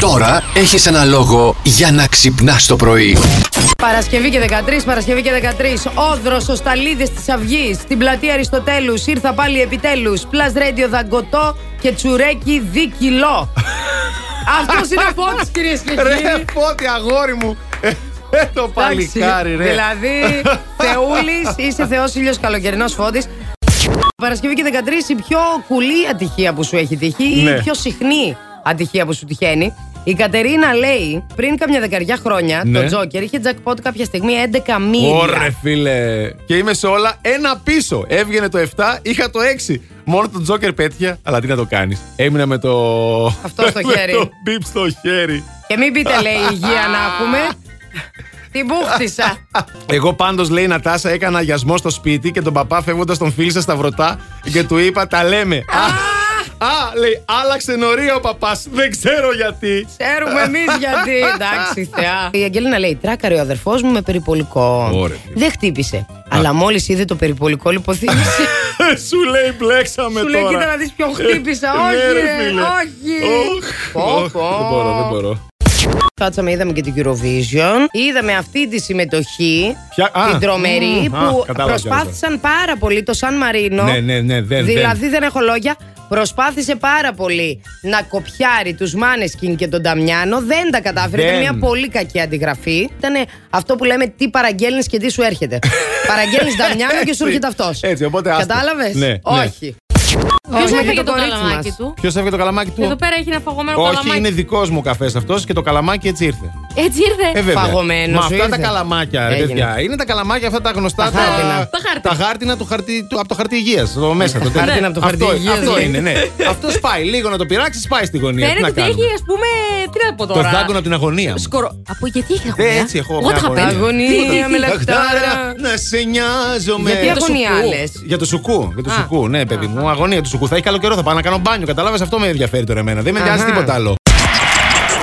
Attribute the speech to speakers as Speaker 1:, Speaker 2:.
Speaker 1: Τώρα έχεις ένα λόγο για να ξυπνάς το πρωί.
Speaker 2: Παρασκευή και 13, Παρασκευή και 13. Όδρος, ο Σταλίδης της Αυγής, στην πλατεία Αριστοτέλους, ήρθα πάλι επιτέλους. Πλα Radio Δαγκωτό και τσουρέκι δίκυλό. Αυτός είναι ο φώτης, κυρίες και
Speaker 3: Ρε
Speaker 2: κύριοι.
Speaker 3: φώτη αγόρι μου Ε, ε, Το
Speaker 2: Εντάξει,
Speaker 3: παλικάρι ρε
Speaker 2: Δηλαδή, Θεούλης, είσαι θεός ήλιος καλοκαιρινός φώτης. Παρασκευή και 13, η πιο κουλή ατυχία που σου έχει τυχεί ή η
Speaker 3: Ναι.
Speaker 2: πιο συχνή ατυχία που σου τυχαίνει. Η Κατερίνα λέει πριν κάμια δεκαριά χρόνια
Speaker 3: Ναι.
Speaker 2: το Τζόκερ είχε jackpot κάποια στιγμή 11 μίλια.
Speaker 3: Ωρε φίλε Και είμαι σε όλα ένα πίσω Έβγαινε το 7 είχα το 6 Μόνο τον Τζόκερ πέτυχα αλλά τι να το κάνεις Έμεινα με το
Speaker 2: Αυτό στο
Speaker 3: με
Speaker 2: χέρι.
Speaker 3: το μπιπ στο χέρι
Speaker 2: Και μην πείτε, λέει, υγεία να έχουμε. Την μπούχτισα.
Speaker 3: Εγώ πάντως, λέει η Νατάσα, έκανα αγιασμό στο σπίτι και τον παπά φεύγοντας τον φίλησα στα βρωτά και του είπα τα λέμε. Α, α, λέει, άλλαξε νωρί ο παπάς. Δεν ξέρω γιατί.
Speaker 2: Ξέρουμε εμείς γιατί. Εντάξει, θεά. Η Αγγελίνα λέει: Τράκαρε ο αδερφός μου με περιπολικό.
Speaker 3: Ωραία, φίλε.
Speaker 2: Δεν χτύπησε. Αλλά μόλις είδε το περιπολικό, λιποθύμησε.
Speaker 3: Ε, Σου λέει, μπλέξαμε
Speaker 2: Σου
Speaker 3: τώρα.
Speaker 2: λέει: Κοίτα να δεις ποιον χτύπησα.
Speaker 3: Ναι,
Speaker 2: όχι,
Speaker 3: ρε,
Speaker 2: ρε,
Speaker 3: φίλε.
Speaker 2: όχι.
Speaker 3: Οχ,
Speaker 2: Πω,
Speaker 3: οχ,
Speaker 2: πω.
Speaker 3: Δεν μπορώ, δεν μπορώ.
Speaker 2: Κάτσαμε, είδαμε και την Eurovision. Είδαμε αυτή τη συμμετοχή.
Speaker 3: Ποια- α,
Speaker 2: την τρομερή
Speaker 3: μμ, α,
Speaker 2: που
Speaker 3: κατάλαβα
Speaker 2: προσπάθησαν πάρα πολύ το Σαν Μαρίνο.
Speaker 3: Ναι, ναι, ναι, δεν-
Speaker 2: Δηλαδή δεν έχω λόγια. Προσπάθησε πάρα πολύ να κοπιάρει τους Μάνεσκιν και τον Ταμιάνο. Δεν τα κατάφερε. Ήταν
Speaker 3: Δεν.
Speaker 2: μια πολύ κακή αντιγραφή. Ήταν αυτό που λέμε τι παραγγέλνεις και τι σου έρχεται. παραγγέλνεις Ταμιάνο και σου έρχεται αυτός.
Speaker 3: Έτσι, οπότε άστα.
Speaker 2: Κατάλαβες.
Speaker 3: Ναι, ναι.
Speaker 2: Όχι.
Speaker 4: Ποιος
Speaker 2: Όχι,
Speaker 4: έφεγε
Speaker 2: το
Speaker 4: το
Speaker 2: κορίτσι
Speaker 4: καλαμάκι
Speaker 2: μας.
Speaker 4: του.
Speaker 3: Ποιος έφυγε το καλαμάκι του.
Speaker 4: Εδώ πέρα έχει ένα φαγωμένο
Speaker 3: Όχι,
Speaker 4: καλαμάκι.
Speaker 3: είναι δικός μου καφές αυτός και το καλαμάκι έτσι ήρθε.
Speaker 4: Έτσι ήρθε.
Speaker 3: Ε, βέβαια.
Speaker 2: Φαγωμένος
Speaker 3: Μα
Speaker 2: σου
Speaker 3: αυτά
Speaker 2: ήρθε.
Speaker 3: τα καλαμάκια, ρε
Speaker 2: Έγινε.
Speaker 3: παιδιά. Είναι τα καλαμάκια αυτά τα γνωστά.
Speaker 2: Τα χάρτινα.
Speaker 4: Τα χάρτινα.
Speaker 3: τα χάρτινα του χαρτί, του, από το χαρτί υγείας. Το μέσα. Το
Speaker 2: χάρτινα
Speaker 3: τέλειο.
Speaker 2: από το χαρτί
Speaker 3: αυτό,
Speaker 2: υγείας,
Speaker 3: Αυτό
Speaker 2: ναι.
Speaker 3: είναι, ναι. αυτό σπάει. Λίγο να το πειράξει, σπάει στη γωνία. Τι
Speaker 4: Φαίνεται
Speaker 3: να
Speaker 4: ότι
Speaker 3: κάνουμε.
Speaker 4: έχει, ας πούμε. Τι να πω
Speaker 3: Το
Speaker 4: τώρα.
Speaker 3: δάγκωνα από την αγωνία. μου.
Speaker 4: Σκορο... Από γιατί έχει αγωνία.
Speaker 3: Ε, έτσι έχω
Speaker 4: Εγώ
Speaker 3: μια
Speaker 4: τα είχα
Speaker 3: αγωνία.
Speaker 4: πέντε. Τι,
Speaker 2: Αγωνία
Speaker 4: τι,
Speaker 2: με
Speaker 4: τι.
Speaker 2: λαχτάρα.
Speaker 3: Να σε νοιάζομαι.
Speaker 2: Γιατί
Speaker 3: Για το
Speaker 2: αγωνία
Speaker 3: σουκού.
Speaker 2: λες?
Speaker 3: Για το σουκού. Για το
Speaker 2: Α.
Speaker 3: σουκού, ναι, παιδί μου. Αγωνία του σουκού. Θα έχει καλό καιρό, θα πάω να κάνω μπάνιο. Κατάλαβες αυτό με ενδιαφέρει τώρα εμένα. Δεν με νοιάζει
Speaker 2: Αχα.
Speaker 3: τίποτα άλλο.